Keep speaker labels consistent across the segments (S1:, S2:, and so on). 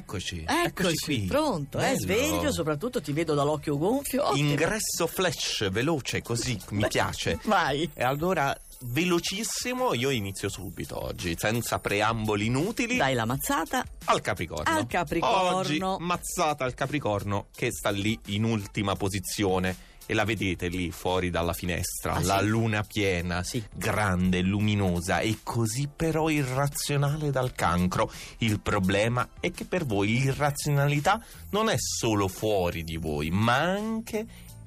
S1: Eccoci,
S2: Eccoci,
S1: qui.
S2: pronto, eh,
S1: Bello.
S2: sveglio, soprattutto ti vedo dall'occhio gonfio. Oh, Ottimo.
S1: Ingresso flash, veloce, così mi piace.
S2: Vai.
S1: E allora, velocissimo, io inizio subito oggi, senza preamboli inutili,
S2: Dai la mazzata.
S1: al Capricorno.
S2: Al Capricorno.
S1: Oggi, mazzata al Capricorno, che sta lì in ultima posizione. E la vedete lì fuori dalla finestra,
S2: Ah,
S1: la
S2: sì?
S1: luna piena,
S2: Sì.
S1: grande, luminosa e così però irrazionale dal cancro. Il problema è che per voi l'irrazionalità non è solo fuori di voi, ma anche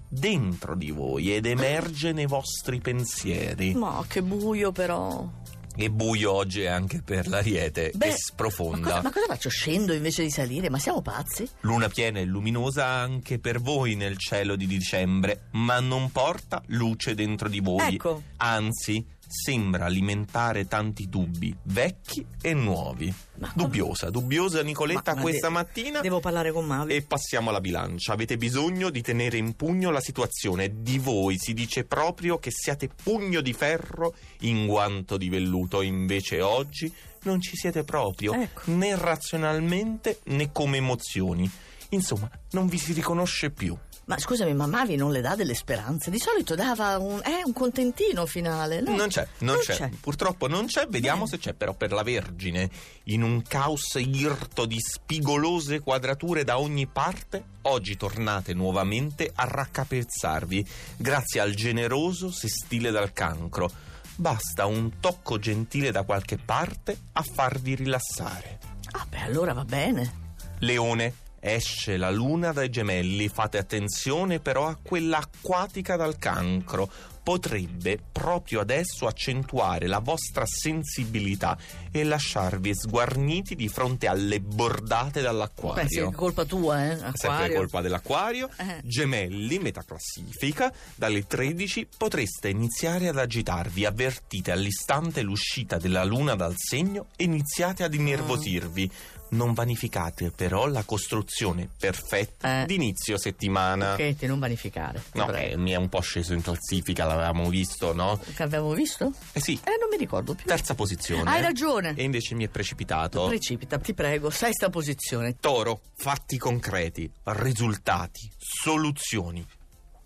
S1: dentro di voi ed emerge nei vostri pensieri.
S2: Ma che buio però.
S1: E buio oggi è anche per l'ariete,
S2: Beh,
S1: è sprofonda.
S2: Ma cosa, ma cosa faccio? Scendo invece di salire? Ma siamo pazzi?
S1: Luna piena e luminosa anche per voi nel cielo di dicembre, ma non porta luce dentro di voi.
S2: Ecco.
S1: Anzi, sembra alimentare tanti dubbi, vecchi e nuovi.
S2: Ma-
S1: Dubbiosa, dubbiosa Nicoletta
S2: Ma- ma
S1: questa
S2: de-
S1: mattina.
S2: Devo parlare con Mavi.
S1: E passiamo alla bilancia. Avete bisogno di tenere in pugno la situazione. Di voi si dice proprio che siate pugno di ferro in guanto di velluto. Invece oggi non ci siete proprio,
S2: Ecco.
S1: né razionalmente né come emozioni. Insomma, non vi si riconosce più.
S2: Ma scusami, ma Mavi non le dà delle speranze? Di solito dava un, eh, un contentino finale, no?
S1: Non c'è, non,
S2: Non
S1: c'è.
S2: c'è.
S1: Purtroppo non c'è, vediamo
S2: Eh.
S1: se c'è però per la Vergine. In un caos irto di spigolose quadrature da ogni parte, oggi tornate nuovamente a raccapezzarvi grazie al generoso sestile dal cancro. Basta un tocco gentile da qualche parte a farvi rilassare.
S2: Ah, beh, allora va bene.
S1: Leone, esce la luna dai gemelli, fate attenzione però a quella acquatica dal cancro. Potrebbe proprio adesso accentuare la vostra sensibilità e lasciarvi sguarniti di fronte alle bordate
S2: Beh, sì,
S1: dall'acquario.
S2: è colpa tua, eh?
S1: Sempre
S2: Acquario.
S1: colpa dell'acquario,
S2: Eh.
S1: gemelli, metà classifica, dalle 13 potreste iniziare ad agitarvi, avvertite all'istante l'uscita della luna dal segno e iniziate ad innervosirvi.
S2: Mm.
S1: Non vanificate però la costruzione perfetta
S2: Eh.
S1: di inizio settimana.
S2: Che non vanificare.
S1: No,
S2: Vabbè.
S1: eh, mi è un po' sceso in classifica, l'avevamo visto, no?
S2: Che avevamo visto?
S1: Eh sì,
S2: Eh, non mi ricordo più.
S1: terza posizione.
S2: Hai ragione.
S1: E invece mi è precipitato.
S2: Precipita, ti prego, sai sta posizione.
S1: Toro, fatti concreti, risultati, soluzioni.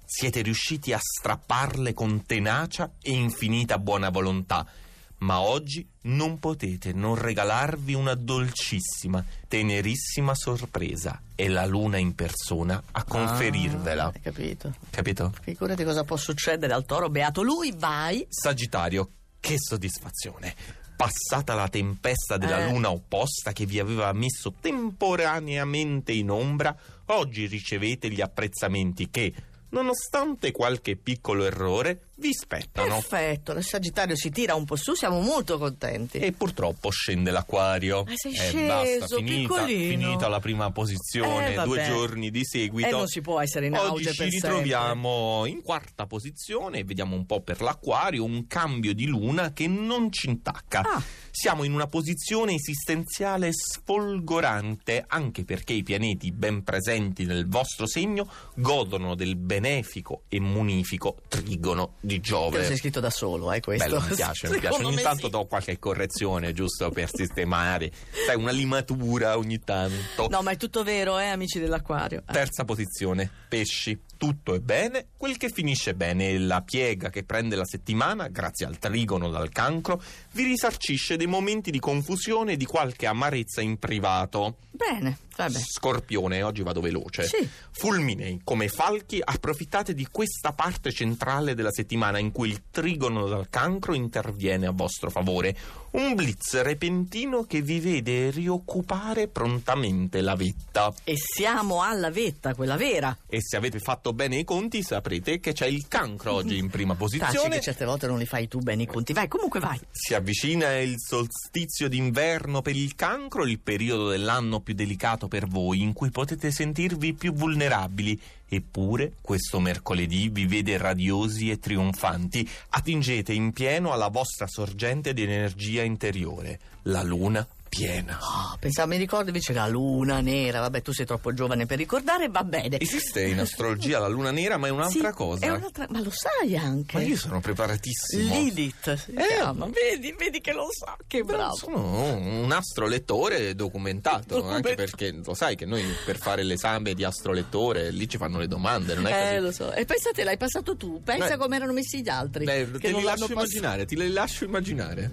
S1: Siete riusciti a strapparle con tenacia e infinita buona volontà, ma oggi non potete non regalarvi una dolcissima, tenerissima sorpresa. È la luna in persona a conferirvela.
S2: Ah, hai capito.
S1: Capito?
S2: Figurati cosa può succedere al toro, beato lui, vai.
S1: Sagittario, che soddisfazione! Passata la tempesta della
S2: Eh.
S1: luna opposta che vi aveva messo temporaneamente in ombra, oggi ricevete gli apprezzamenti che, nonostante qualche piccolo errore, vi spettano.
S2: Perfetto, il Sagittario si tira un po' su, siamo molto contenti.
S1: E purtroppo scende l'acquario.
S2: Ma sei
S1: Eh, basta,
S2: sceso,
S1: finita,
S2: piccolino.
S1: finita la prima posizione,
S2: Eh, vabbè.
S1: due giorni di seguito.
S2: E non si può essere in
S1: Oggi
S2: auge
S1: ci
S2: per
S1: ritroviamo in quarta posizione e vediamo un po' per l'acquario un cambio di luna che non ci intacca.
S2: sempre. Ah,
S1: Siamo in una posizione esistenziale sfolgorante, anche perché i pianeti ben presenti nel vostro segno godono del benefico e munifico trigono di
S2: te lo sei
S1: Giove.
S2: scritto da solo, eh, questo.
S1: Bello, mi piace, mi piace.
S2: Secondo
S1: Ogni
S2: me
S1: tanto
S2: sì.
S1: do qualche correzione giusto per sistemare. Sai, una limatura ogni tanto.
S2: No, ma è tutto vero, eh, amici dell'acquario. Eh,
S1: Terza posizione, pesci. Tutto è bene, quel che finisce bene e la piega che prende la settimana, grazie al trigono dal cancro, vi risarcisce dei momenti di confusione e di qualche amarezza in privato.
S2: Eh, Bene, vabbè.
S1: Scorpione, oggi vado veloce.
S2: Sì.
S1: Fulminei, come falchi, approfittate di questa parte centrale della settimana in cui il trigono dal cancro interviene a vostro favore. Un blitz repentino che vi vede rioccupare prontamente la vetta.
S2: E siamo alla vetta, quella vera.
S1: E se avete fatto bene i conti saprete che c'è il cancro oggi in prima
S2: Taci
S1: posizione.
S2: che certe volte non li fai tu bene i conti. Vai, comunque vai.
S1: Si avvicina il solstizio d'inverno per il cancro, il periodo dell'anno più delicato per voi, in cui potete sentirvi più vulnerabili. Eppure, questo mercoledì vi vede radiosi e trionfanti. Attingete in pieno alla vostra sorgente di energia interiore. La luna piena.
S2: Ah, pensavo, mi ricordo invece la luna nera. Vabbè, tu sei troppo giovane per ricordare, va bene.
S1: Esiste in astrologia la luna nera, ma è un'altra
S2: Sì,
S1: cosa.
S2: è un'altra- ma lo sai anche.
S1: Ma io sono preparatissimo.
S2: Lilith si
S1: Eh,
S2: chiama. Vedi, vedi che lo so, che bravo.
S1: Sono un astrolettore documentato, anche
S2: Documentato.
S1: perché lo sai che noi per fare l'esame di astrolettore lì ci fanno le domande, non è così.
S2: Eh, lo so. E pensate, l'hai passato tu. Pensa
S1: Beh.
S2: come erano messi gli altri.
S1: Beh,
S2: che
S1: te
S2: non
S1: li
S2: l'hanno
S1: lascio
S2: passato.
S1: immaginare, ti li lascio immaginare.